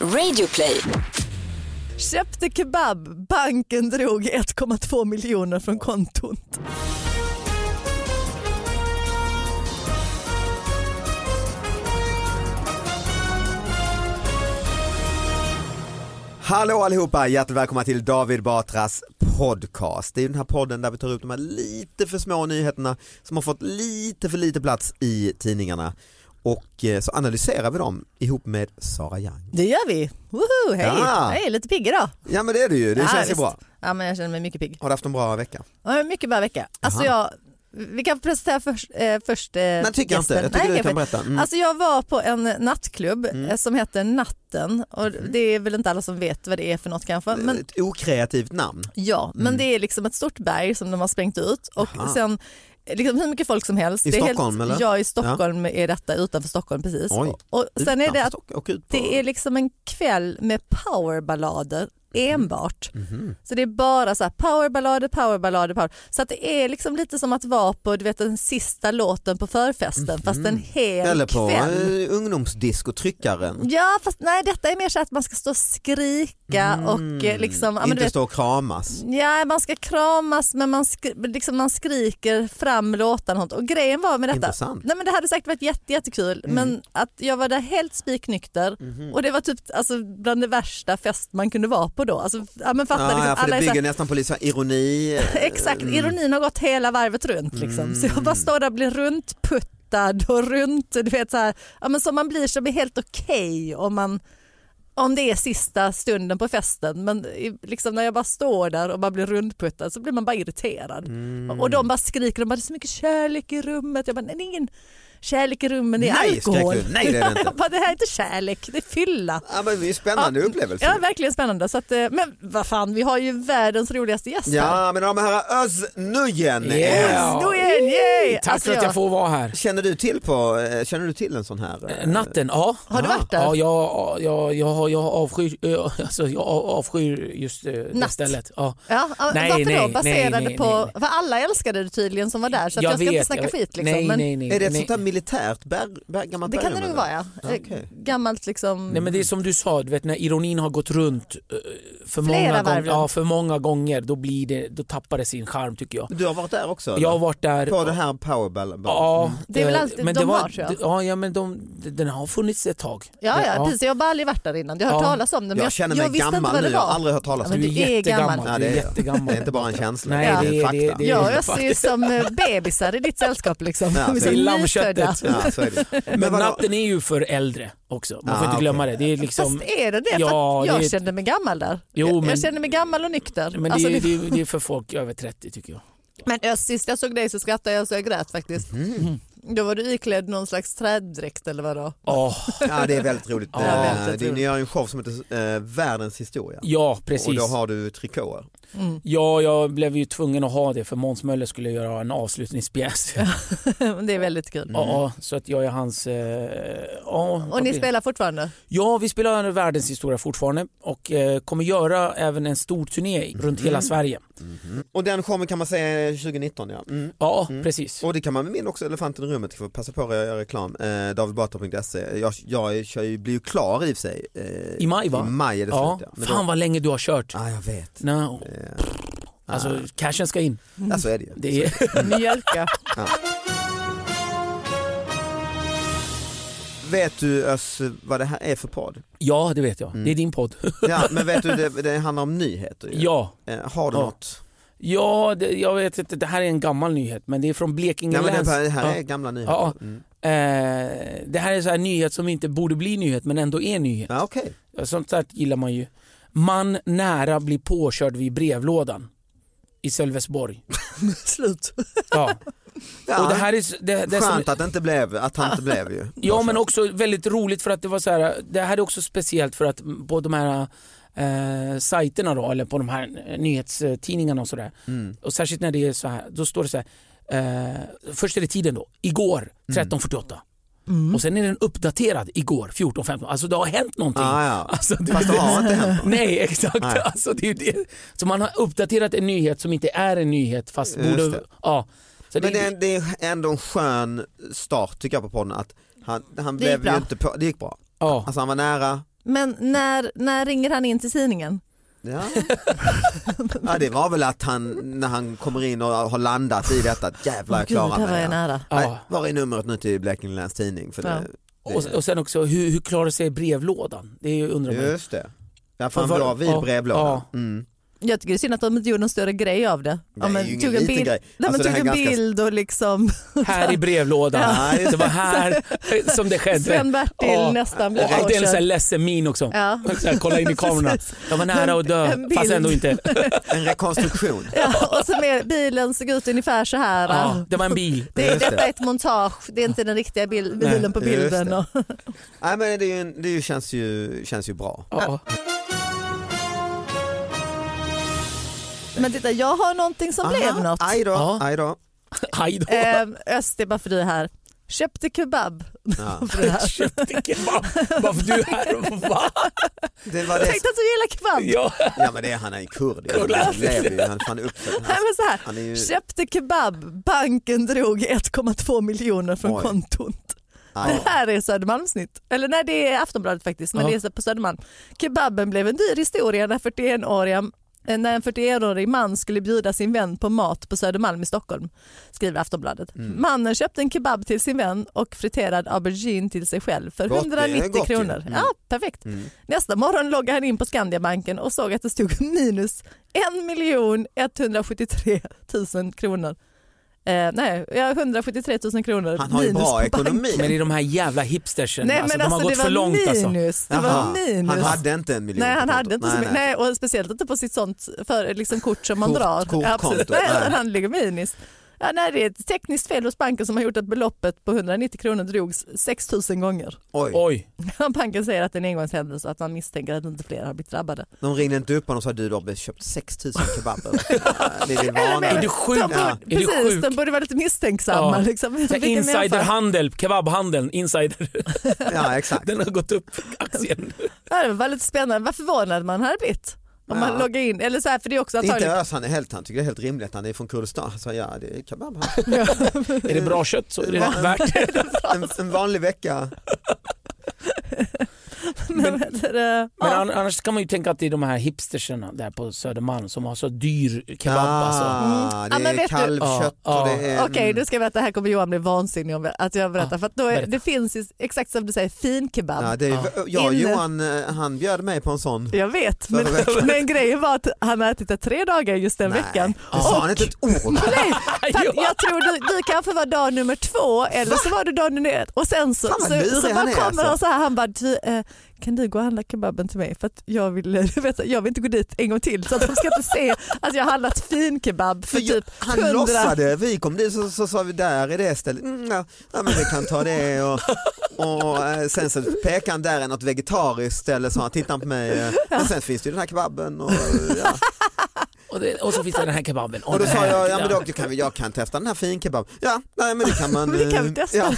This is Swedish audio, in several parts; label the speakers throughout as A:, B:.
A: Radioplay.
B: Köpte kebab, banken drog 1,2 miljoner från kontot.
C: Hallå allihopa, hjärtligt välkomna till David Batras podcast. Det är den här podden där vi tar upp de här lite för små nyheterna som har fått lite för lite plats i tidningarna och eh, så analyserar vi dem ihop med Sara Young.
B: Det gör vi. Woho, hej.
C: Ja.
B: hej, lite pigg idag.
C: Ja men det är du ju, det
B: Ja,
C: känns ju
B: visst.
C: bra.
B: Ja, men jag känner mig mycket pigg.
C: Har du haft en bra vecka?
B: Ja, Mycket bra vecka. Alltså jag, vi kan presentera först, eh, först eh,
C: Nej tycker jag inte, jag tycker
B: Nej,
C: du
B: okej,
C: kan berätta. Mm.
B: Alltså jag var på en nattklubb eh, som heter Natten och
C: Mm.
B: det är väl inte alla som vet vad det är för något
C: Eh,
B: kanske. Men,
C: Ett okreativt namn.
B: ja, men det är liksom ett stort berg som de har sprängt ut och
C: Mm. Aha.
B: sen eh, liksom hur mycket folk som helst.
C: I
B: det är
C: Stockholm, eller?
B: Ja i Stockholm är detta, utanför Stockholm precis.
C: Oj.
B: Och, och sen är det att
C: Utanför Stock- och ut på...
B: det är liksom en kväll med powerballader
C: Mhm.
B: enbart. Så det är bara så här powerballader, powerballader, power. Så att det är liksom lite som att vara på du vet, den sista låten på förfesten fast en hel
C: Mhm. Eller på
B: kväll.
C: eh, ungdomsdisco, tryckaren.
B: Ja fast nej detta är mer så att man ska stå och skrika
C: Mm.
B: och eh, liksom, ja, men du
C: Inte
B: vet,
C: stå och kramas.
B: ja, man ska kramas men man, skri liksom, man skriker fram låtarna och, sånt. och grejen var med detta,
C: Intressant. Mm.
B: nej men det hade säkert varit jätte, jättekul men att jag var där helt spiknykter
C: Mhm.
B: och det var typ alltså, bland det värsta fest man kunde vara på då. Alltså, ja, men fatta,
C: Ja,
B: liksom,
C: ja, Ah, för
B: alla
C: det
B: är så här-
C: bygger nästan på lite så här ironi.
B: Exakt,
C: Mm.
B: ironin har gått hela varvet runt. Liksom. Så jag bara står där och blir runtputtad och runt, du vet så här, ja, men som man blir som är helt okej om man om det är sista stunden på festen men i- liksom när jag bara står där och bara blir rundputtad så blir man bara irriterad.
C: Mm.
B: Och de bara skriker, de bara, det är så mycket kärlek i rummet. Jag bara, nej det är ingen kärlek i rummet, det är
C: Nej,
B: alkohol.
C: skrek du. Nej, det är det inte.
B: jag bara, det här är inte kärlek, det är fylla.
C: Ja, men det är ju en spännande upplevelse.
B: Ja, verkligen spännande. Så att, eh, men vad fan, vi har ju världens roligaste gäst här.
C: Ja, men de här Özz Nujen.
D: Yeah.
B: Då är den, yay!
D: Tack
B: Alltså,
D: för att
B: jag-
D: jag får vara här.
C: Känner du till på, eh, känner du till en sån här? eh,
D: Natten, ja.
B: Har du varit där?
D: Ja, jag, jag, jag, jag, avskyr, eh, alltså, jag av- avskyr just eh, det
B: Natt.
D: stället. Ja.
B: Ja, ja,
D: Nej,
B: varför
D: nej,
B: då?
D: nej,
B: Baserade
D: nej,
B: på,
D: nej.
B: för alla älskade det tydligen som var där så att jag, ska inte snacka
D: jag-
B: skit liksom.
D: Nej,
B: men
D: nej, nej.
C: Är det ett
D: nej.
C: sånt här militärt berg, berg, gammalt
B: Det kan det
C: bergrum,
B: nog
C: eller?
B: vara ja. Eh,
C: Okej.
B: Gammalt liksom.
D: Nej men det är som du sa, du vet, när ironin har gått runt eh, för
B: Flera
D: många,
B: varv
D: gång,
B: runt.
D: ja, för många gånger då, blir det, då tappar det sin charm tycker jag.
C: Du har varit där också?
D: Jag har
C: eller?
D: varit där
C: På det här powerball?
D: Ja,
B: Det är väl
D: eh,
B: alltid de har, tror jag.
D: d- Ja, ja men de, d- den har funnits ett tag.
B: ja, ja,
D: Ja.
B: precis. Jag har bara aldrig varit där innan. Jag har hört
D: Ja.
B: talas om det men jag,
C: Jag känner mig
B: jag visste inte
C: gammal
B: vad
C: nu,
B: det
C: jag har
B: var.
C: aldrig hört talas
B: Ja,
C: om
B: men
D: Du
B: det
D: är
C: det.
D: jättegammal.
B: gammalt.
C: Ja, det
D: Du
C: är
D: är
C: jag.
D: jättegammal.
C: Det är inte bara en känsla,
D: Nej,
C: det
D: det
C: är
D: är-
C: fakta.
D: det är-
B: Ja, jag ser ju som eh, bebisar i ditt sällskap liksom.
C: Ja,
B: Vi är så
C: det är
D: lammköttet.
B: nyfödda.
C: Ja, så är det.
D: Men
C: vadå?
D: natten är ju för äldre också. Man får
C: Ah,
D: inte glömma
C: okej.
D: det. Det är liksom...
B: Fast är det det? för
D: Ja,
B: att jag
D: det är-
B: kände mig gammal där.
D: Jo,
B: jag,
D: men-
B: jag kände mig gammal och nykter.
D: Men det,
B: Alltså,
D: är,
B: det-
D: det, är, det är för folk över 30 tycker jag.
C: Mhm.
B: Men Özz, sist jag såg dig så skrattade jag så jag grät faktiskt. Mm. Då var du iklädd någon slags träddräkt eller vadå?
C: Ah.
D: Åh,
C: Ja, det är väldigt roligt.
D: Ja,
C: Eh,
B: väldigt
C: det,
B: roligt.
C: ni gör en show som heter eh, Världens historia.
D: ja,
C: Och
D: precis.
C: då har du trikåer.
D: Ja, jag blev ju tvungen att ha det för Måns Möller skulle göra en avslutningspjäs.
C: Mm.
D: Ja,
B: det är väldigt kul.
D: ja, så att jag är hans... Eh, ja,
B: Och
D: vad
B: ni
D: blir det?
B: spelar fortfarande?
D: Ja, vi spelar Världens historia fortfarande och eh, kommer göra även en stor turné runt
C: Mm.
D: hela Sverige.
C: Och den showen kan man säga är 2019 ja. Mm.
D: Ja, precis.
C: Och det kan man med min också, Elefanten i rummet, för passa på att göra reklam, eh, davidbatra.se. Jag, jag kör ju, blir ju klar i och för sig. Eh,
D: I maj, va?
C: I maj är det
D: Ja,
C: slut ja.
D: fan vad länge du har kört.
C: Ja, ah, jag vet.
D: No.
C: Eh,
D: Alltså, cashen ska in.
C: ja, så är det ju.
D: Det är...
B: Mjölka.
C: Vet du Özz vad det här är för podd?
D: Ja, det vet jag.
C: Mm.
D: Det är din podd.
C: Ja, men vet du, det, det handlar om nyheter ju.
D: Ja,
C: Eh, har du
D: Ja.
C: något?
D: ja det, jag vet inte. Det här är en gammal nyhet, men det är från Blekinge
C: Nej, men
D: läns.
C: det här, det här
D: Ja.
C: är gamla nyheter.
D: Ja.
C: Mm.
D: Eh, det här är så här nyhet som inte borde bli nyhet, men ändå är nyhet.
C: Ja, okej.
D: Sånt där gillar man ju. Man nära blir påkörd vid brevlådan i Sölvesborg.
B: Slut.
D: Ja.
C: Ja.
D: Och det här är, s- det, det är som,
C: Skönt att det inte blev, att han inte blev ju.
D: Ja men också väldigt roligt för att det var så här, det här är också speciellt för att på de här eh, sajterna då, eller på de här eh, nyhetstidningarna och sådär.
C: Mm.
D: Och särskilt när det är så här, då står det så här, eh, först är det tiden då, igår
C: Mm.
D: 13.48. Och sen är den uppdaterad igår 14.15. Alltså det har hänt någonting.
C: Ah, ja.
D: Alltså, det,
C: Fast det har inte hänt.
D: Nej exakt.
C: Nej.
D: Alltså, det är ju det. Så man har uppdaterat en nyhet som inte är en nyhet fast
C: Just
D: borde...
C: det.
D: Ja. Så
C: Men det är, det är ändå en skön start tycker jag på podden att han, han
B: Det
C: blev
B: gick bra.
C: ju inte på, det gick bra.
D: ja.
C: Alltså han var nära,
B: Men när, när ringer han in till tidningen?
C: ja. ja det var väl att han, när han kommer in och har landat i detta, att jävlar jag
B: Gud,
C: klarar
B: där var
C: mig.
B: jag
C: Ja.
B: nära.
C: Nej,
D: Ja.
C: var är numret nu till Blekinge Läns Tidning? För det,
D: Och, och sen också, hur, hur klarar sig brevlådan? Det är ju undrar man ju.
C: just det. Ja, för han
D: För-
C: var vid
D: ja,
C: brevlådan.
D: ja.
C: Mm.
B: Jag tycker det är synd att de inte gjorde någon större grej av det.
C: Det är ju ingen
B: tog en
C: liten
B: bild,
C: grej.
B: Nej,
C: Alltså,
B: men
C: det
B: tog
C: här är
B: en
C: ganska-
B: bild och liksom
D: Här i brevlådan.
C: Ja, just
D: det var här som det skedde.
B: Sven-Bertil
D: Ja.
B: nästan blev
D: Och det är en sån här
B: avkörd.
D: ledsen min också.
B: Ja.
D: Så här, kolla in i kamerorna.
B: Precis.
D: Jag var nära att dö,
B: En bild.
D: fast ändå inte.
C: En rekonstruktion.
B: Ja, och så med bilen såg ut ungefär så här.
D: Ja, det var en bil.
B: Det,
C: Just det.
B: detta är ett montage, det är inte den riktiga bil,
D: Nej,
B: bilen på
C: just
B: bilden.
C: det.
B: Och,
C: Nej men det, är ju, en- det är ju- känns, ju, känns ju bra.
D: Ja.
B: men titta, jag har någonting som blev något.
C: Aj då,
D: Ja.
C: aj då.
D: Aj då.
B: Ehm, Öst, det är bara för dig här. Köpte kebab.
C: Ja.
B: För det här.
D: Köpte kebab. Varför du är här? Va?
C: Det var
B: Jag
C: det.
B: tänkte att du gillar kebab.
D: Ja.
C: Ja men det är han, han är kurd. Han lever ju, han är fan uppsatt.
B: Nej, men så här.
C: Han är ju,
B: Köpte kebab, banken drog 1,2 miljoner från
C: Oj.
B: kontot.
C: aj.
B: Det här är Södermalmsnytt. Eller nej det är Aftonbladet faktiskt men
D: Ja.
B: det är så på Södermalm. Kebaben blev en dyr historia när 41-åriga eh, när en 41-årig man skulle bjuda sin vän på mat på Södermalm i Stockholm, skriver Aftonbladet.
C: Mm.
B: Mannen köpte en kebab till sin vän och friterad aubergine till sig själv för
C: Gott, det är
B: 190
C: gott ju.
B: kronor.
C: Mm.
B: Ja, perfekt. Nästa morgon loggade han in på Skandiabanken och såg att det stod minus 1 173 000 kronor. Eh, nej, ja, 173 000 kronor
C: Han har ju
B: minus
C: bra
B: på banken.
C: ekonomi.
D: Men det är de här jävla hipstersen.
B: Nej,
D: alltså,
B: men
D: de har
B: alltså,
D: gått
B: det
D: för
B: var
D: långt alltså.
B: minus. Det var
C: Jaha,
B: minus.
C: Han hade inte en miljon
B: Nej
C: på
B: han
C: kontot.
B: hade inte så mycket, nej, och speciellt inte på sitt sånt för, liksom, kort som man
C: Kort-
B: drar.
C: kortkonto,
B: precis. nej,
C: nej.
B: utan han ligger minus. Ja, nej, det är ett tekniskt fel hos banken som har gjort att beloppet på 190 kronor drogs 6 000 gånger.
C: Oj,
D: Oj,
B: Banken säger att det är en engångshändelse och att man misstänker att inte fler har blivit drabbade.
C: de ringde inte upp honom och sa du har köpt 6000 kebaber. Ja, det är din vana.
D: är du sjuk?
B: De borde,
D: Är du
B: precis,
D: sjuk?
B: de borde vara lite misstänksamma.
D: Ja.
B: Liksom.
D: Så här,
B: Vilken jämförelse.
D: Insiderhandel, kebabhandeln, insider.
C: Ja exakt.
D: Den har gått upp, aktien.
B: Ja, det var lite spännande. Vad förvånad man hade blivit. Om man
C: Ja.
B: loggar in. Eller så här, för det är också
C: Inte
B: antagligen...
C: Ös, han är helt, han tycker det är helt rimligt, han är från Kurdistan. Han sa ja det är kebab här.
D: Är det bra kött så är det värt det.
C: En, en vanlig vecka.
B: Men, men,
D: Men an- annars kan man ju tänka att det är de här hipsterserna där på Södermalm som har så dyr kebab. Alltså.
C: Ah,
B: Mm. Ja, men
C: det är
B: vet du-
C: kalvkött
D: Ja,
C: och det är... mm.
B: Okej, nu ska jag berätta. Här kommer Johan bli vansinnig om att jag berättar.
D: Ja,
B: för att då är,
D: berätta.
B: det finns ju, exakt som du säger, fin kebab.
C: Ja, det är, jag och
B: Inne.
C: Johan, eh, han bjöd mig på en sån.
B: Jag vet, men,
C: Förra veckan.
B: men grejen var att han har ätit det tre dagar just den
C: Nej,
B: veckan.
C: det typ sa han inte ett ord.
B: Nej, för att jag tror du, du kanske var dag nummer två eller så var du dag nummer ett och sen så,
C: Fan, vad
B: så,
C: lurig
B: så
C: han
B: bara
C: är,
B: kommer
C: alltså.
B: han så här, han bara, du, eh, kan du gå och handla kebaben till mig för att jag vill, du vet, jag vill inte gå dit en gång till så att de ska inte se att jag har handlat fin kebab för,
C: För jag-
B: typ
C: han
B: 100.
C: låtsade, vi kom dit så, så sa vi där är det stället, mm, ja, ja, men vi kan ta det och, och eh, sen så pekade han där är något vegetariskt ställe så han tittade på mig eh, men sen finns det ju den här kebaben och, eh, ja.
D: Och, det, och så finns det den här kebaben.
C: och då
D: den
C: sa
D: här,
C: jag, ja, men då, då kan vi, jag kan testa den här fin kebab. Ja, nej men det kan man.
B: Det kan
C: eh,
B: vi testa.
C: Ja.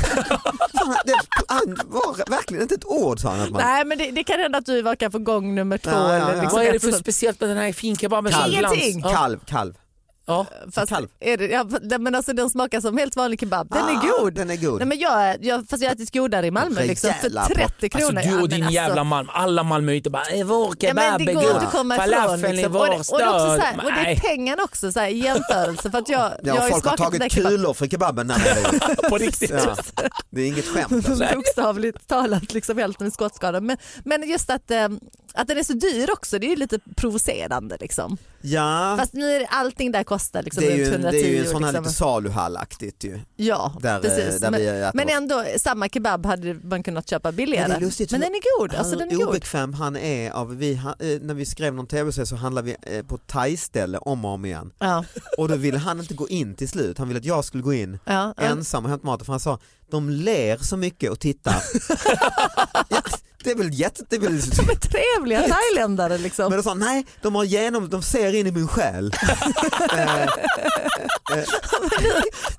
C: Fan, det, han var verkligen inte ett ord sa han att man.
B: Nej men det, det kan hända att du var kanske på gång nummer två.
C: Ja, ja, ja.
B: Eller liksom
D: Vad är det
B: ett
D: för
B: sånt.
D: speciellt med den här finkebaben?
C: Kalv.
D: som glans?
B: Ingenting.
D: Ja,
C: Kalv, kalv.
D: ja.
B: Fast
C: kalv?
B: är det, ja, f- men alltså, den smakar som helt vanlig kebab. Den
C: Ah,
B: är god.
C: Den är god.
B: Nej, men jag, jag, fast jag har ätit godare i Malmö liksom,
C: Rejäla
B: för 30 kronor.
D: Alltså du
B: Ja,
D: och
B: men
D: din
B: alltså-
D: jävla Malm, alla Malmöiter bara "Eh, vår
B: Ja,
D: kebab
B: men det
D: är
B: går inte
D: god,
B: att komma ifrån.
D: falafeln i
B: Liksom.
D: vår
B: Och, det, och, det är också så här,
D: stad."
B: och det är
D: Nej.
B: pengarna också så här, i jämförelse. För att jag, jag
C: ja,
B: har ju
C: folk har
B: smakat den där
C: tagit
B: kebaben.
C: kulor för kebaben. när man är där.
D: på riktigt.
C: Ja. Det är inget skämt. alltså.
B: Bokstavligt talat liksom helt med skottskada. Men, men just att, eh, att den är så dyr också, det är ju lite provocerande. Liksom.
C: Ja.
B: Fast nu är det, allting där kostar liksom
C: det, är ju
B: runt
C: en, det
B: 110.
C: är ju en sån här
B: liksom.
C: lite saluhallaktigt ju.
B: ja,
C: Där, eh,
B: precis.
C: där
B: men,
C: vi äter
B: men
C: oss.
B: ändå, samma kebab hade man kunnat köpa billigare.
C: Men det är lustigt,
B: men
C: för
B: den är god. Alltså, den är
C: Hur
B: god.
C: obekväm han är av, vi, ha- eh, när vi skrev någon tv-serie så handlade vi eh, på thai-ställe om och om igen
B: Ja,
C: och då ville han inte gå in till slut, han ville att jag skulle gå in
B: ja, ja.
C: ensam och hämta maten för han sa de ler så mycket och tittar. ja, det är väl jätte... Det är väl...
B: De är trevliga thailändare liksom.
C: Men då sa han, nej, de, har genom, de ser in i min själ. Eh,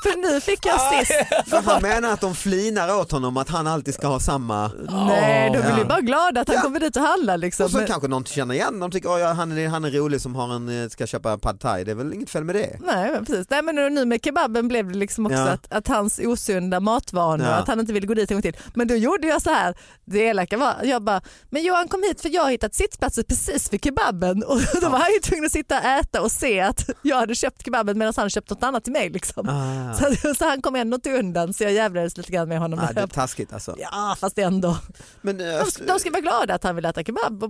B: För nu fick jag sist.
C: för han menar att de flinar åt honom att han alltid ska ha samma
B: Nej, de blir
C: Ja.
B: ju bara glada att han
C: Ja.
B: kommer dit och handlar. Liksom.
C: Och så
B: Men-
C: kanske någon känner igen dem och tycker "Åh, ja, han, är, han är rolig som har en, eh, ska köpa pad thai, det är väl inget fel med det.
B: Nej, men precis. Nej, men nu med kebaben blev det liksom också
C: Ja.
B: att, att hans osunda matvanor,
C: Ja.
B: att han inte ville gå dit en gång till. Men då gjorde jag så här, det elaka var, jag bara, men Johan kom hit för jag har hittat sittplatser precis vid kebaben och då var han ju tvungen att sitta och äta och se att jag hade köpt kebaben medan han köpt något annat till mig. Liksom.
C: Ah.
B: Så, så han kom ändå inte undan så jag jävlades lite grann med honom.
C: Ah, det är taskigt alltså.
B: Ja, fast ändå.
C: Men, eh,
B: De, ska- de ska vara glada att han vill äta kebab på,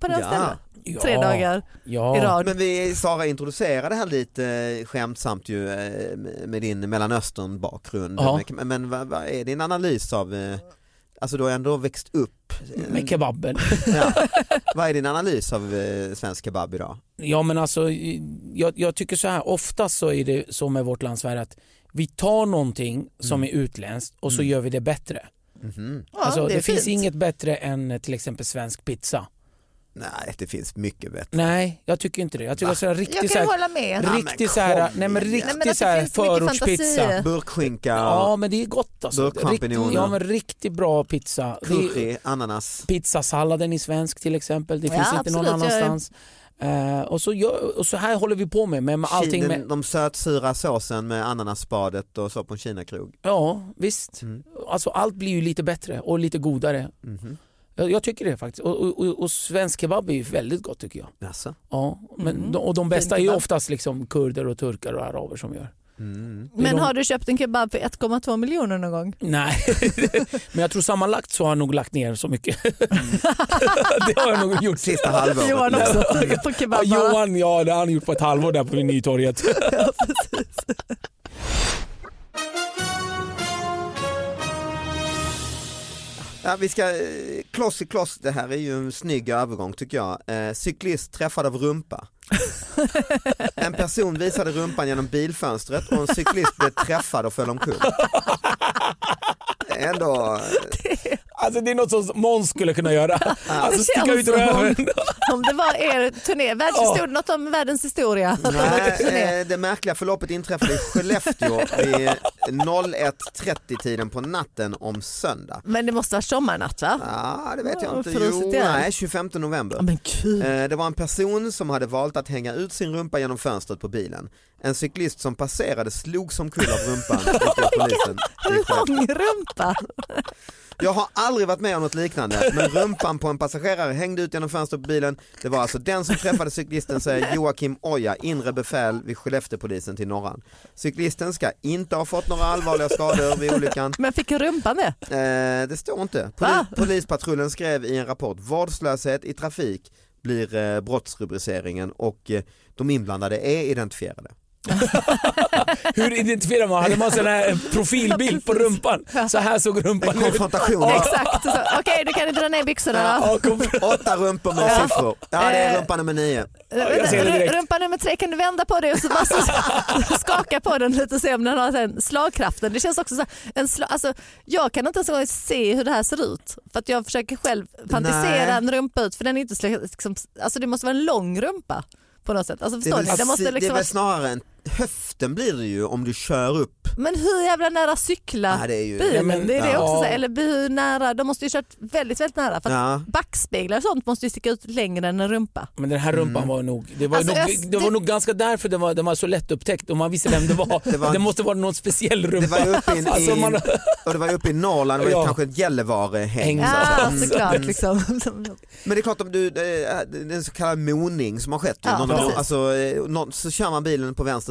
B: på det här
C: Ja.
B: stället.
D: Ja.
B: Tre dagar
D: ja.
B: i rad.
C: men vi, Sara introducerade här lite eh, skämtsamt ju eh, med din mellanöstern bakgrund.
D: Ja.
C: Men, men vad, vad är din analys av, eh, alltså du har ändå växt upp. eh,
D: Med kebaben.
C: ja. Vad är din analys av eh, svensk kebab idag?
D: Ja men alltså, jag, jag tycker så här, oftast så är det så med vårt land Sverige att vi tar någonting
C: Mm.
D: som är utländskt och så gör vi det bättre.
C: Mhm.
B: Ja,
D: alltså, det
B: är
D: finns
B: fint.
D: inget bättre än eh, till exempel svensk pizza.
C: Nej, det finns mycket bättre.
D: Nej, jag tycker inte det. Jag tycker
C: Va?
D: så här,
B: Jag kan
D: riktigt
B: ju
D: så här,
B: hålla med.
C: men
D: riktigt så här,
C: kom
D: nej men
C: igen. Nej, men
D: riktigt
B: att
D: så
B: det
D: här
B: finns så mycket
D: förortspizza.
B: fantasi.
C: Burkskinka,
D: Ja men det är gott alltså.
C: Burkchampinjoner.
D: Riktigt- Ja men riktigt bra pizza. Det är-
C: curry, ananas.
D: Pizzasalladen är svensk till exempel, det
B: Ja,
D: finns inte någon
B: absolut, jag är-
D: annanstans. Eh, och, så gör, och så här håller vi på med, med med allting
C: Ki-
D: med,
C: den, de sötsura såsen med ananasspadet och så på en kinakrog.
D: Ja, visst.
C: Mm.
D: Alltså allt blir ju lite bättre och lite godare.
C: Mhm.
D: Jag, jag tycker det faktiskt. Och, och- och, och svensk kebab är ju väldigt gott tycker jag.
C: Jaså?
D: Ja, men
B: Mm.
D: de, och de bästa är
B: Fin
D: ju
B: kebab.
D: oftast liksom kurder och turkar och araber som gör.
C: Mm.
D: Det är
B: Men
D: de-
B: har du köpt en kebab för 1,2 miljoner någon gång?
D: Nej, men jag tror sammanlagt så har jag nog lagt ner så mycket. det har jag nog gjort.
C: Sista halvåret.
B: Johan
C: nu.
B: också på
D: Ja,
B: kebab bara.
D: Johan, ja det har han gjort på ett halvår där på Nytorget.
C: Ja, vi ska, eh, kloss i kloss, det här är ju en snygg övergång tycker jag. Eh, cyklist träffad av rumpa. En person visade rumpan genom bilfönstret och en cyklist blev träffad och föll omkull. Ändå,
D: Alltså det är något som Måns skulle kunna göra. Alltså
B: Det
D: sticka
B: känns
D: ut
B: som-
D: röven.
B: Om det var er turné, världshistoria, stod något om världens historia.
C: nej,
B: turné.
C: eh, det märkliga förloppet inträffade i Skellefteå vid 01.30-tiden på natten om söndag.
B: Men det måste vara sommarnatt va?
C: Ja, det vet jag
B: Ja,
C: inte.
B: frusit
C: Jo,
B: ihjäl.
C: nej, 25 november.
B: Ja, men gud.
C: Eh, Det var en person som hade valt att hänga ut sin rumpa genom fönstret på bilen. En cyklist som passerade slogs omkull av rumpan
B: Oh
C: efter polisen. Typ
B: Hur lång rumpa?
C: Jag har aldrig varit med om något liknande men rumpan på en passagerare hängde ut genom fönstret på bilen. Det var alltså den som träffade cyklisten säger Joakim Oja, inre befäl vid Skellefteåpolisen till Norran. Cyklisten ska inte ha fått några allvarliga skador vid olyckan.
B: Men fick rumpan det?
C: Eh, det står inte. Poli-
B: Va?
C: Polispatrullen skrev i en rapport vårdslöshet i trafik blir eh, brottsrubriceringen och eh, de inblandade är identifierade.
D: Hur identifierar man? Hade man sån här profilbild på rumpan? Så här såg rumpan
C: En
D: ut.
C: konfrontation.
B: Ja,
C: va?
B: Exakt. Så, Okej, du kan inte dra ner byxorna då.
D: Ja, kom-
C: Åtta rumpor med siffror. Ja det
B: Eh,
C: är rumpa nummer nio.
D: jag ser det direkt.
B: Rumpa nummer tre, kan du vända på det och så bara så, skaka på den lite och se om den har den slagkraften. Det känns också så här, en sla, alltså, jag kan inte ens en gång se hur det här ser ut. För att jag försöker själv fantisera
C: Nej.
B: en rumpa ut för den är inte sl- liksom, alltså det måste vara en lång rumpa på något sätt. Alltså
C: Det är,
B: förstår
C: väl,
B: ni? Det måste
C: det är
B: liksom
C: väl
B: vara,
C: snarare en, höften blir det ju om du kör upp.
B: men hur jävla nära cykla
C: Nej, det är ju-
B: bilen?
D: Ja, men-
B: det är det
D: ja.
B: också. Så här, eller hur nära, de måste ju kört väldigt väldigt nära. För att
C: Ja.
B: Backspeglar och sånt måste ju sticka ut längre än en rumpa.
D: Men den här
C: Mm.
D: rumpan var nog, det var,
B: Alltså,
D: nog,
B: jag-
D: det var
B: det-
D: nog ganska därför den var, den var så lättupptäckt och man visste vem det var. det,
C: var-
D: måste vara någon speciell
C: Det
D: rumpa.
C: var ju uppe i,
D: Alltså,
C: i,
D: man-
C: och det var ju uppe i Norrland, det var ju
D: Ja.
C: kanske ett Gällivare-häng.
D: Häng.
B: Ja,
D: Mm.
B: såklart. Liksom.
C: Men det är klart om du, eh, den så kallade moning som har skett, ju,
B: Ja,
C: någon,
B: precis.
C: alltså, eh, någon, så kör man bilen på vänster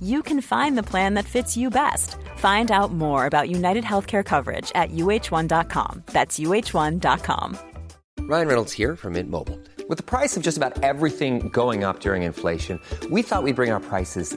A: you can find the plan that fits you best. Find out more about United Healthcare coverage at uh1.com. That's uh1.com.
E: Ryan Reynolds here from Mint Mobile. With the price of just about everything going up during inflation, we thought we'd bring our prices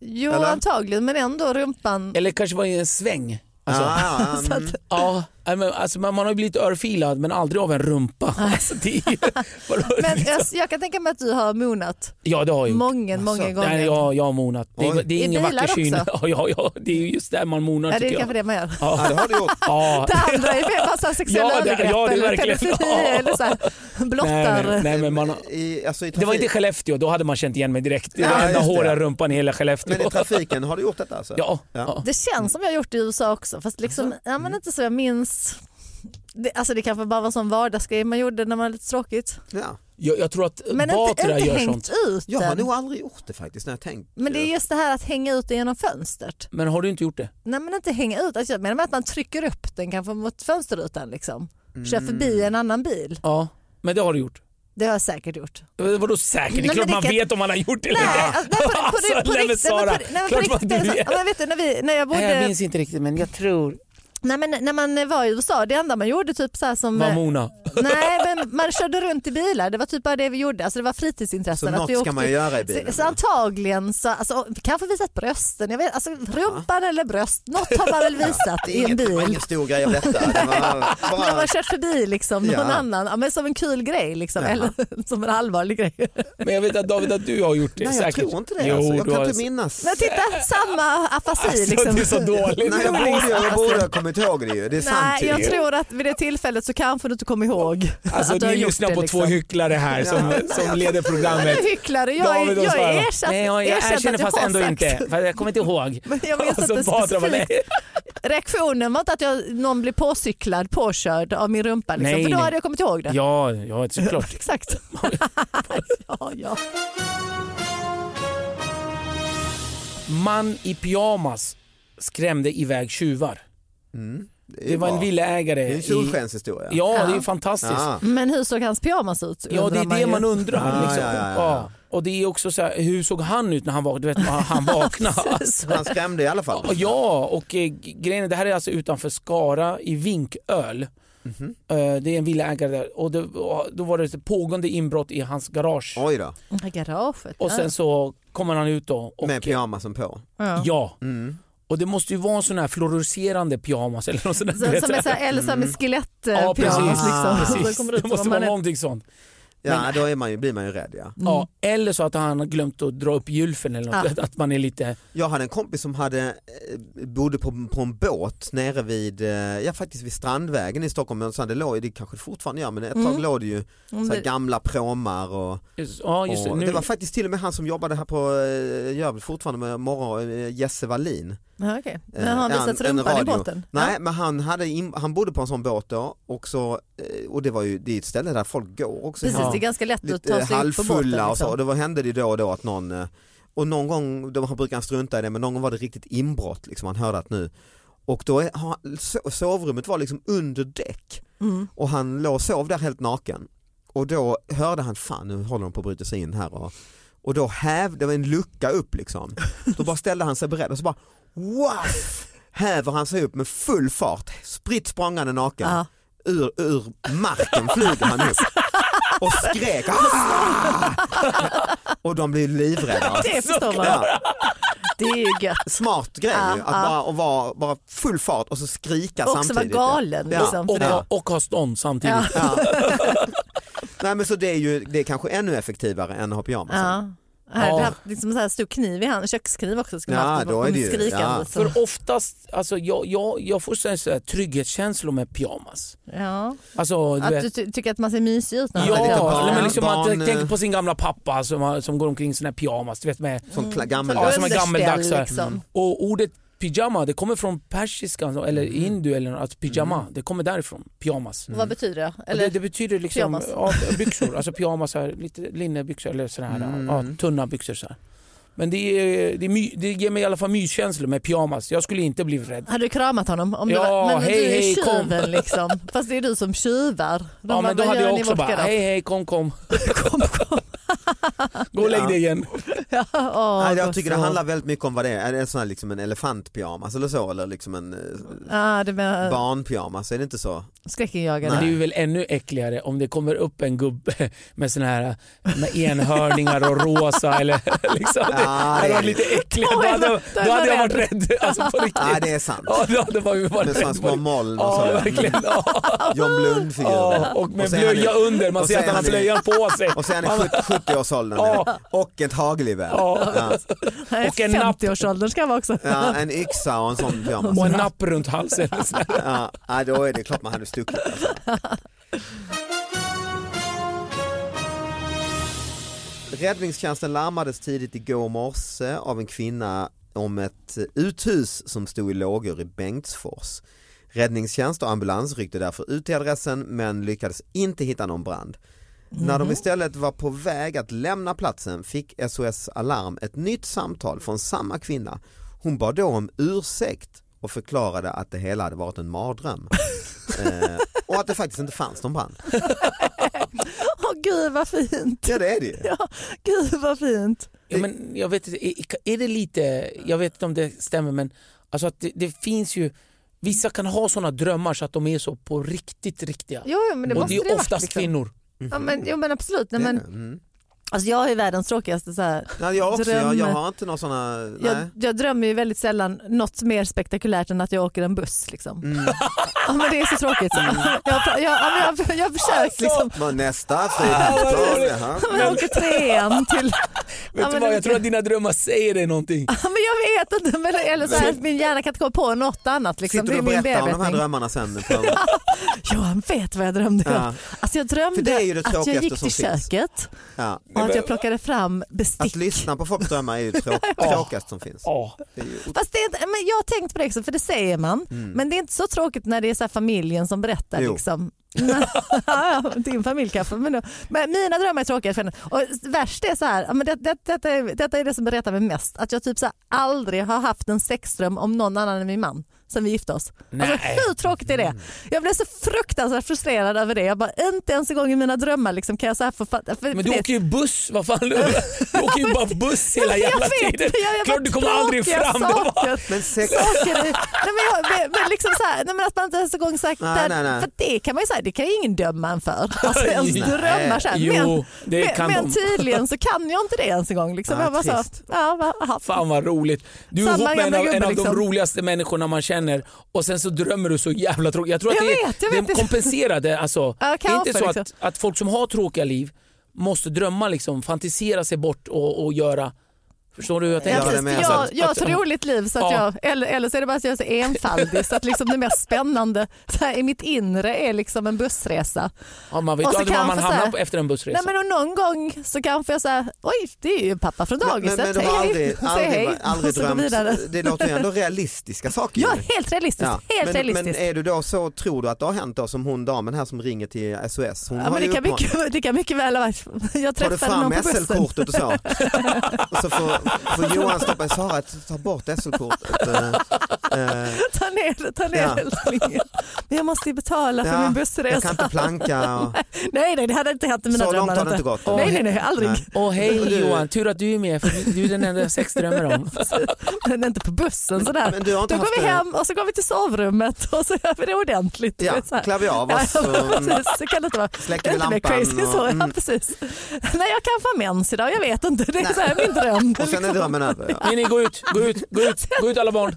B: Jo,
C: Eller?
B: antagligen, men ändå rumpan.
D: Eller kanske var i en sväng. Alltså,
C: Ah, ja, mm.
D: ja, nej, men alltså, man, man har ju blivit örfilad men aldrig av en rumpa. Alltså, det, är- vadå,
B: Men
D: liksom?
B: jag, jag kan tänka mig att du har monat
D: ja det har jag gjort.
B: många, många gånger.
D: Alltså, Nej, jag, jag har monat. Det, är-
C: Oj.
D: det är
B: I
D: ingen
B: bilar
D: vacker syn.
B: också?
D: Ja, ja, ja, det är ju just där man monar
B: ja, det
D: tycker
B: är
D: jag.
B: kanske det man gör.
C: ja, det har du gjort.
D: Ja.
B: Det andra är mer bara så här sexuella
D: Ja, det-
B: övergrepp
D: ja, det är
B: eller
D: verkligen-
B: pedofili
D: ja.
B: eller så här, blottar.
D: Nej, nej, nej, men man,
C: I, alltså, i
D: det var
C: trafik-
D: inte Skellefteå, då hade man känt igen mig direkt. Det
C: Ja,
D: var enda
C: just det.
D: håriga rumpan i hela Skellefteå.
C: Men i trafiken har du gjort detta alltså?
D: Ja, ja.
B: Det känns som jag har gjort det i USA också fast liksom,
D: Alltså,
B: ja,
D: mm.
B: men inte så jag minns. Det, alltså det kanske bara var en sån vardagsgrej man gjorde när man var lite tråkigt.
C: ja.
D: Jag, jag tror att
B: Men inte,
D: Batra
B: inte
D: gör
B: hängt
D: sånt.
B: ut
C: Jag har
B: den.
C: nog aldrig gjort det faktiskt när jag tänkt. eh,
B: Men det är just det här att hänga ut det genom fönstret.
D: Men har du inte gjort det?
B: Nej men inte hänga ut, alltså, jag menar med att man trycker upp den kanske mot fönsterrutan liksom.
D: Mm.
B: Kör förbi en annan bil.
D: Ja, men det har du gjort.
B: Det har jag säkert gjort.
D: Eh, Vadå säkert? Det
B: Nej,
D: är klart
B: men
D: man
B: det kan-
D: vet om man har gjort det eller
B: Nej,
D: inte.
B: alltså, nej, på, på,
D: Alltså,
B: på, på
D: nej, men
B: riktigt. nej,
D: Sara,
B: på- nej, men på
D: klart man
B: riktigt, det är så-
D: vet.
B: ja, men vet du, när, vi, när jag bodde,
D: Nej, jag minns inte riktigt men jag tror...
B: nej, men, när man var i USA, det enda man gjorde typ så här som... eh,
D: Mamona.
B: Nej, men man körde runt i bilar. Det var typ bara det vi gjorde. Alltså det var fritidsintressen.
C: Så
B: att
C: något
B: vi
C: ska
B: åkte-
C: man göra i bilen,
B: Så, så
C: ja.
B: antagligen så, alltså, kanske visat brösten. Jag vet, alltså, rumpan eller bröst, något har man väl visat
C: Det,
B: i
C: är
B: en
C: inget, det var
B: bil.
C: ingen stor grej av detta. Det var
B: När
C: bara...
B: man kört förbi liksom, någon
C: Ja.
B: annan, ja, men som en kul grej liksom,
C: Ja.
B: eller som en allvarlig grej.
D: Men jag vet att David att du har gjort det.
C: Nej jag
D: säkert.
C: tror inte det.
D: Jo,
C: alltså. Jag
D: du
C: kan
D: har-
C: inte minnas.
B: Men titta, samma afasi.
D: Alltså,
B: liksom.
D: Det är så dåligt.
C: Nej, jag borde, jag borde ha kommit ihåg det ju. Det är sant
B: Nej,
C: ju.
B: jag tror att vid det tillfället så kanske du inte kommer ihåg
D: Alltså,
B: att du har
D: ni
B: gjort
D: lyssnar
B: det. liksom.
D: på två hycklare här som, som leder programmet.
B: Jag är hycklare, jag, är-
D: David och
B: jag
D: Sara.
B: är erkänt,
D: Nej, jag, jag
B: erkänt
D: erkänner
B: att jag
D: fast
B: har
D: ändå
B: sagt.
D: inte. Fast jag kommer inte ihåg.
B: Men jag minns
D: Och så
B: inte
D: Batra bara,
B: specifikt.
D: nej.
B: Reaktionen var inte att jag, någon blev påcyklad, påkörd av min rumpa liksom,
D: Nej,
B: för då
D: nej.
B: hade jag kommit ihåg det.
D: Ja, ja såklart.
B: Exakt. ja, ja.
D: Man i pyjamas skrämde iväg tjuvar.
C: det, är
D: Det var en
C: bra.
D: villaägare.
C: Det är en
D: i-
C: solskenshistoria.
D: Ja, det är ju fantastiskt.
C: Ah.
B: Men hur såg hans pyjamas ut?
D: Ja det
B: undrar
D: är det
B: ju.
D: man undrar.
C: Ah,
D: liksom.
C: ja,
D: ja,
C: ja, ja.
D: Och det är också så här, hur såg han ut när han, var, du vet, när han vaknade? alltså.
C: Han skrämde i alla fall.
D: Och Ja, och eh, grejen är, det här är alltså utanför Skara i Vinköl.
C: Mhm.
D: Eh, Det är en villaägare där och, det, och då var det ett pågående inbrott i hans garage.
C: Oj då,
B: I Garaget.
D: Och sen så kommer han ut då. Och,
C: med pyjamasen på. Mm.
B: ja.
D: Ja. Och det måste ju vara en sån här fluorescerande pyjamas eller något sånt där. du
B: Så,
D: vet,
B: som
D: så
B: är
D: här.
B: så här, eller som är skelett
D: Mm. Ja,
B: eh, pyjamas liksom.
D: precis. Precis.
B: Så kommer
D: Det
B: ut
D: måste
B: som
D: vara
B: man är.
D: någonting sånt.
C: Ja, då är man ju, blir man ju rädd ja.
D: Ja,
B: Mm.
D: eller så att han har glömt att dra upp gylfen eller något. Att man är lite...
C: Jag hade en kompis som hade, eh, bodde på, på en båt nere vid, eh, ja faktiskt vid Strandvägen i Stockholm, men så hade det låg, det kanske det fortfarande gör, men ett tag låg det ju
B: Mm,
C: så här
B: det-
C: gamla pråmar och,
D: Just, ja, just det.
C: och
D: Nu,
C: det var faktiskt till och med han som jobbade här på, eh, gör väl fortfarande med morgon, eh, Jesse Wallin.
B: Ja, okej.
C: Eh,
B: Men har han
C: en-
B: visat
C: en
B: rumpan i
C: radio.
B: båten?
C: Nej
B: Ja.
C: men han, hade in, han bodde på en sån båt då och, så, eh, och det var ju, det är ett ställe där folk går också.
B: Precis,
C: Ja.
B: det är ganska lätt att
C: lite
B: ta sig upp på båten.
C: halvfulla och så.
D: alltså.
C: Och
B: Liksom.
C: då hände det ju då och då att någon, eh, och någon gång, de brukar han strunta i det, men någon gång var det riktigt inbrott, liksom, han hörde att nu. Och då är, har- so- sovrummet var liksom under däck och han låg och sov där helt naken. Och då hörde han, fan nu håller de på att bryta sig in här. Och, och då hävde, det var en lucka upp liksom. Då bara ställde han sig beredd och så bara, waff! Häver han sig upp med full fart, spritt språngande naken.
B: Ja.
C: Ur, ur marken flyger han upp och skrek "Ah!" Och de blev livrädda.
B: Det förstår man.
C: Ja,
B: Det är ju gött.
C: smart grej
B: Ja,
C: ju, att
B: ja.
C: bara, och vara, bara full fart och så skrika
B: Också vara
C: samtidigt.
B: galen,
C: ja.
B: liksom, för
C: Ja.
D: och,
B: det.
D: ha- och ha stånd samtidigt.
B: Ja.
C: Ja. Nej men så det är ju det är kanske ännu effektivare än att ha pyjamas.
B: Ja. Här hade
D: Ja.
B: haft liksom en sån här stor kniv i handen, kökskniv också skulle
C: Ja,
B: man haft
C: då är det ju-
B: skrikande. liksom.
C: ja.
B: Så.
D: För oftast, alltså, jag, jag, jag får sån här trygghetskänslor med pyjamas.
B: Ja.
D: Alltså, du
B: Att
D: vet,
B: du ty- tycker att man ser mysig ut när
D: Ja,
B: man har lite barn.
D: nej, men liksom
C: barn,
D: att
C: eh,
D: jag tänker på sin gamla pappa som, har- som går omkring i sån här pyjamas. Du vet, med,
C: Som kla-
D: Mm. ja,
C: gammeldags.
D: som är
B: Underställ,
D: gammeldags. så här.
B: liksom.
D: Och ordet pyjama det kommer från persiskan eller
C: Mm.
D: hindu eller något, att pyjama, det kommer därifrån. Pyjamas.
B: Vad betyder det?
D: Och
B: Eller,
D: Mm. det, det betyder liksom
B: pyjamas.
D: ja, byxor, alltså pyjamas, här, lite linnebyxor eller sådana här
B: Mm.
D: ja, tunna byxor. Så här. Men det, är, det, är my, det ger mig i alla fall myskänslor med pyjamas. Jag skulle inte bli rädd.
B: hade du kramat honom? Om
D: Ja,
B: du var, men
D: hej,
B: du är
D: hej, kom.
B: tjuven liksom. Fast det är du som tjuvar. De
D: Ja,
B: bara,
D: men då
B: "Vad
D: hade
B: gör
D: jag
B: ni i
D: också
B: vårt
D: bara,
B: garage?"
D: hej hej kom kom. Gå och lägg dig igen.
B: Ja, åh,
C: Nej, jag
B: gott
C: tycker det
B: så.
C: handlar väldigt mycket om vad det är. Är det en sån här liksom en elefantpyjamas eller så eller liksom en eh,
B: Ja, du menar
C: barnpyjamas? Är det inte så?
B: skräckinjagande.
D: Men det är ju väl ännu äckligare om det kommer upp en gubbe med såna här med enhörningar och rosa eller liksom. Det
C: Ja,
D: hade
C: det är-
D: varit lite äckligt.
B: Då
D: Då
B: är man-
D: hade,
B: då är
D: då
B: man
D: hade jag varit rädd. Alltså på riktigt.
C: Nej det är sant.
D: Ja, då hade man ju varit
C: Med
D: rädd.
C: sådana små moln och
D: Ja,
C: sådär.
D: verkligen. Ja.
C: John Blund-figur.
D: Ja, och med
C: Och så är han
D: blöja
C: ju-
D: under. Man
C: och
D: ser
C: så
D: att
C: är
D: han har
C: han ju-
D: blöjan på sig.
C: Och sen är 70 70-årsåldern
D: Ja.
C: och ett hagelgevär.
D: Ja.
C: Ja.
B: Nej,
D: och en napp.
B: 50-årsåldern ska vara också.
C: Ja, en yxa och en sån pyjamas.
D: Och en napp runt halsen.
C: Ja, ja, då är det klart man hade stuckit. Alltså. Räddningstjänsten larmades tidigt igår morse av en kvinna om ett uthus som stod i lågor i Bengtsfors. Räddningstjänst och ambulans ryckte därför ut till adressen men lyckades inte hitta någon brand. När
B: Mhm.
C: de istället var på väg att lämna platsen fick SOS Alarm ett nytt samtal från samma kvinna. Hon bad då om ursäkt och förklarade att det hela hade varit en mardröm. eh, och att det faktiskt inte fanns någon brand.
B: Åh gud vad fint.
C: Ja det är det ju.
B: Ja, gud vad fint.
D: Ja, men jag vet inte, är- är det lite, jag vet inte om det stämmer men alltså att det, det finns ju, vissa kan ha sådana drömmar så att de är så på riktigt riktiga.
B: Jo, jo, men det
D: och
B: måste
D: det är
B: ha varit,
D: oftast
B: liksom.
D: kvinnor.
B: Ja, men, jo, men absolut. Nej, men,
C: Mm.
B: alltså, jag är världens tråkigaste så här,
C: Nej, jag, också, jag, jag
B: Dröm.
C: har inte någon sådana, nej.
B: Jag, jag drömmer ju väldigt sällan något mer spektakulärt än att jag åker en buss. Liksom.
D: Mm.
B: Ja, men det är så tråkigt. Jag, jag, ja, men jag, jag har försökt.
D: Alltså.
B: Liksom.
C: Vad nästa
D: vad roligt.
C: Frida.
B: Men jag åker trean till...
D: Vet
B: Ja, men
D: du vad,
B: det-
D: jag tror att dina drömmar säger dig någonting.
B: Ja, men jag vet inte. Men, eller så här, min hjärna kan inte komma på något annat. Liksom. Det
C: Sitter du
B: är
C: och
B: min
C: berättar om de här
B: bearbetning.
C: drömmarna sen?
B: Johan vet vad jag drömde om.
C: Ja.
B: Alltså, jag
C: För
B: drömde
C: det är ju det
B: att jag
C: tråkigaste
B: gick
C: som
B: till
C: finns.
B: köket
C: Ja.
B: och att jag plockade fram
C: Att
B: bestick.
C: lyssna på folks drömmar är ju tråk- tråkigast som finns.
D: Ja.
C: Det är ju
B: Fast det är inte, men jag har tänkt på det också, för det säger man.
D: Mm.
B: Men det är inte så tråkigt när det är så här familjen som berättar.
C: Jo.
B: Liksom. Ja, ja, Din familj kanske. Men, då- men mina drömmar är tråkiga. för henne. Och värst är så här, ja, men det, det, detta, är, detta är det som berättar mig mest. Att jag typ så här, aldrig har haft en sexdröm om någon annan än min man sen vi gifte oss. Alltså,
D: Nej. Mm.
B: hur tråkigt är det? Jag blev så fruktansvärt frustrerad över det. Jag bara, inte ens en gång i mina drömmar liksom, kan jag så här få fatta. För,
D: Men
B: för
D: du
B: det-
D: åker ju buss, vad fan. Du åker ju bara buss hela
B: jag
D: jävla
B: vet,
D: tiden.
B: men jag- jag
D: Klart
B: bara
D: du kommer aldrig
B: tråkiga
D: fram. Det var-
B: saker.
C: Men sex,
B: saker i, nej men, jag, men- men liksom så här, nej men att man inte ens en gång sagt
C: Nej,
B: där,
C: nej, nej.
B: för det kan man ju säga, det kan ju ingen döma en för. Alltså ens
D: Nej.
B: drömmar så här.
D: Jo,
B: Men,
D: det
B: men,
D: kan
B: men
D: de.
B: tydligen så kan jag inte det ens en gång. Liksom.
C: Ja,
B: jag bara så,
C: trist.
B: ja, va, aha.
D: Fan vad roligt. Du är
B: Samma
D: ihop med en
B: gamla
D: av, en
B: gubbe,
D: av
B: liksom.
D: de roligaste människorna man känner och sen så drömmer du så jävla tråkigt. Jag tror att
B: Jag
D: det, är-
B: vet, jag
D: det
B: vet.
D: är kompenserade. Alltså,
B: Ja,
D: det är inte
B: kanske,
D: så
B: liksom.
D: att, att folk som har tråkiga liv måste drömma liksom, fantisera sig bort och, och göra. Förstår du hur jag
C: Ja,
D: tänker?
C: det med.
B: Jag,
C: Alltså
B: jag,
C: att-
B: jag har
D: att-
B: ett roligt liv så att
D: Ja.
B: jag, eller, eller så är det bara att jag är så enfaldig så att liksom det mest spännande så här, i mitt inre är liksom en bussresa.
D: Ja, man vet
B: Och
D: ju
B: så
D: aldrig var
B: kan
D: man
B: jag få
D: hamnar
B: säga-
D: på efter en bussresa.
B: Nej, men och någon gång så kanske jag säger oj det är ju pappa från
C: Men, men,
B: dagiset,
C: men de har
B: hej,
C: aldrig,
B: Säg
C: aldrig,
B: hej.
C: aldrig
B: Och så går
C: drömt,
B: vidare.
C: det låter ju ändå realistiska saker. ju.
B: Ja, helt realistiskt. Helt
C: men, eh,
B: realistiskt.
C: men är du då så, tror du att det har hänt då som hon damen här som ringer till SOS? Hon
B: Ja,
C: har
B: men det,
C: ju
B: kan
C: uppmanat-
B: mycket, det kan mycket väl ha varit. Jag
C: Tar du
B: träffade någon
C: fram
B: på bussen.
C: SL-kortet och så? och så får, får Johan stoppa i Sara att ta bort SL-kortet. Eh, eh,
B: Ta ner det, ta ner
C: Ja.
B: det, älskling. Men jag måste ju betala för
C: ja,
B: Alltså, min
C: jag kan
B: bussresa.
C: inte planka. Och,
B: Nej, nej, det hade inte hänt i mina
C: så långt
B: drömmar.
C: har det inte gått.
B: Nej, nej, nej, aldrig.
C: Nej.
D: Åh hej
C: Du-
D: Johan, tur att du är med för du är den enda jag sex drömmer om.
B: Men inte på bussen sådär.
C: Men du har inte
B: Då
C: haft
B: går vi
C: det-
B: hem och så går vi till sovrummet och så gör vi det ordentligt.
C: Ja,
B: Det är så här.
C: klär vi av oss
B: Ja,
C: och-
B: precis. Det kan inte vara
C: Släcker
B: det är
C: vi
B: inte mer
C: lampan
B: crazy
C: och-
B: så. Ja,
C: mm.
B: precis. Nej, jag kan få mens idag, jag vet inte. Det är så här min dröm.
C: och sen är drömmen över. Ja.
D: Nej, nej, gå ut, gå ut, gå ut, gå ut alla barn.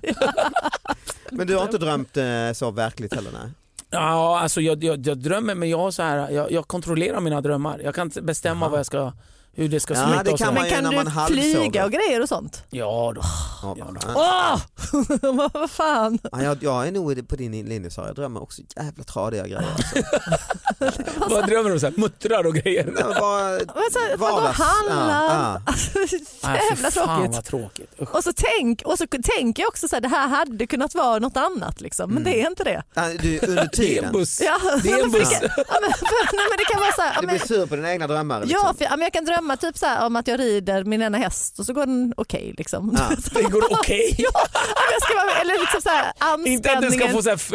C: Men du har inte drömt eh, så verkligt heller? Nej.
D: Ja, alltså jag, jag, jag drömmer men jag, har så här, jag, jag kontrollerar mina drömmar. Jag kan inte bestämma vad jag ska, hur det ska
C: Ja,
D: sluta.
C: det
D: och så.
C: kan man
B: Men
C: ju när
B: kan
C: man
B: du
C: halvsover.
B: flyga och grejer och sånt?
D: Ja då.
C: Ja, ja,
B: Åh! Vad fan.
C: Ja, jag, jag är nog på din linje Sara, jag drömmer också jävla tradiga grejer. Alltså.
D: Vad drömmer du? Så här, muttrar och grejer.
C: Nej, men bara
B: Men så, vadå,
C: vardags-
B: Halland?
C: Ja, ja.
B: Alltså,
D: Nej, Äh, fy
B: jävla
D: fan,
B: tråkigt.
D: vad tråkigt. Usch.
B: Och så tänk- och så tänker jag också så här, det här hade kunnat vara något annat liksom,
C: Mm.
B: men det är inte det.
C: Nej, Du, under
D: Det är en
C: tiden,
D: buss.
B: Ja,
D: Det är
B: men
D: en
B: för-
D: buss.
B: Ja, men, för, nej, men det kan vara så här, ja,
C: du
B: men,
C: blir sur på dina egna drömmar.
B: ja,
C: Liksom.
B: för, ja, men jag kan drömma typ så här, om att jag rider min ena häst och så går den okej. liksom.
C: Ja.
D: Det går okej.
B: Ja, men jag ska vara, eller liksom så här, anspänningen.
D: Inte att den ska få så här, f-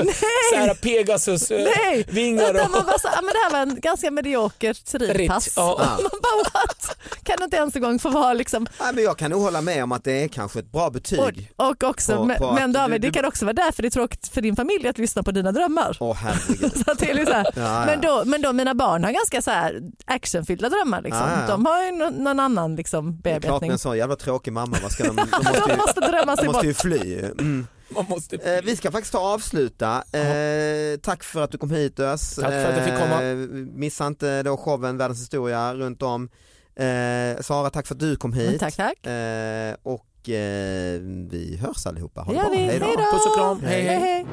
D: så här
C: eh,
D: eh,
B: Nej,
D: Pegasus-vingar.
B: utan man bara så, ja, men det här var en ganska mediokert ridpass.
D: Ritt, ja.
B: Man bara what? Kan du inte ens en gång få vara liksom,
C: Nej, men jag kan nog hålla med om att det är kanske ett bra betyg.
B: Och, och också,
C: På-
B: men-
C: på att
B: men David,
C: du- du-
B: det kan också vara därför det är tråkigt för din familj att lyssna på dina drömmar.
C: Åh herregud.
B: Så att det är liksom så här.
C: Ja, ja.
B: Men, då, men då mina barn har ganska så här actionfyllda drömmar. Liksom.
C: Ja, ja.
B: De har ju nå- någon annan liksom,
C: Det är klart med
B: bearbetning. Alltså,
C: en sån jävla tråkig mamma, vad ska de, de måste
B: De
C: ju,
B: måste drömma
C: de
B: sig bort.
C: måste ju fly. Mm.
D: Man måste...
C: Eh, vi ska faktiskt ta och avsluta. Eh, tack för att du kom hit Ös.
D: Tack för att jag fick komma.
C: Eh, missa inte då showen Världens historia runt om. Eh, Sara, tack för att du kom
B: Men
C: hit.
B: Tack, tack.
C: Eh, och eh, vi hörs allihopa. Ha det
B: Ja,
C: bra.
B: vi-
C: Hej då.
B: hej då.
D: Puss och kram. Hej, hej.
B: hej.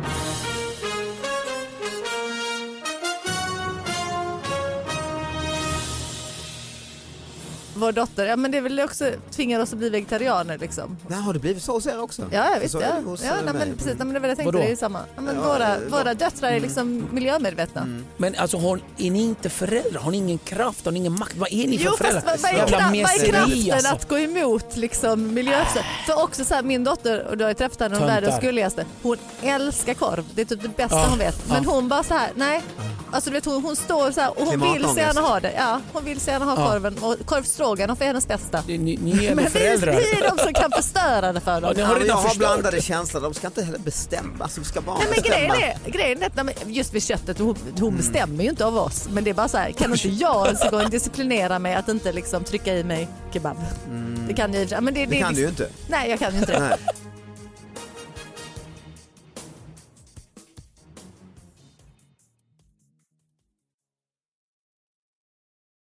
B: Vår dotter, ja men det är väl också tvingar oss att bli vegetarianer liksom.
C: Nej, har det blivit så hos er också?
B: Ja, jag
C: För
B: visst.
C: så
B: Ja.
C: är det hos,
B: Ja,
C: eh,
B: nej,
C: mig.
B: men precis, nej, men det var det jag tänkte,
D: Vadå?
B: det är ju samma. Ja, men
C: Ja,
B: våra,
C: de-
B: våra döttrar är
C: Mm.
B: liksom miljömedvetna.
D: Men alltså har, är ni inte föräldrar? Har ni ingen kraft? Har ni ingen makt? Vad är ni
B: Jo
D: för
B: fast
D: föräldrar?
B: vad, vad, är
D: Jävla
B: kraft, vad är
D: meseri,
B: kraften
D: alltså. Ah.
B: att gå emot liksom, miljöförstöring? För också så här, min dotter, och du har ju träffat henne, hon är
D: Töntar. Ah.
B: världens gulligaste. Hon älskar korv, det är typ det bästa
D: Ja,
B: hon vet. Men
D: ja.
B: hon bara så här, nej.
D: Ah.
B: Alltså du vet hon, hon står så här och hon vill så
C: Klimatångest.
B: gärna ha det. Ja, hon vill så gärna ha
D: Ja.
B: korven och korvstroganoff är hennes bästa.
D: Ni, ni- ni Ah. är
B: Men
D: ändå
B: vi, vi
D: föräldrar.
B: är de som kan förstöra det för dem.
D: Ja, ni
C: Ja,
D: har
C: men jag
D: redan
C: har
D: förstört.
C: blandade känslor, de ska inte heller bestämma. Alltså, de ska bara
B: Nej, men grejen
C: bestämma. Mm.
B: är, grejen är att nej, men just vid köttet, hon, hon bestämmer ju inte av oss. Men det är bara så här, kan inte jag ens en gång disciplinera mig att inte liksom trycka i mig kebab? Det kan jag ju- ja, men det,
C: Mm. Det kan du ju inte.
B: Nej, jag kan ju inte det.
C: Nej.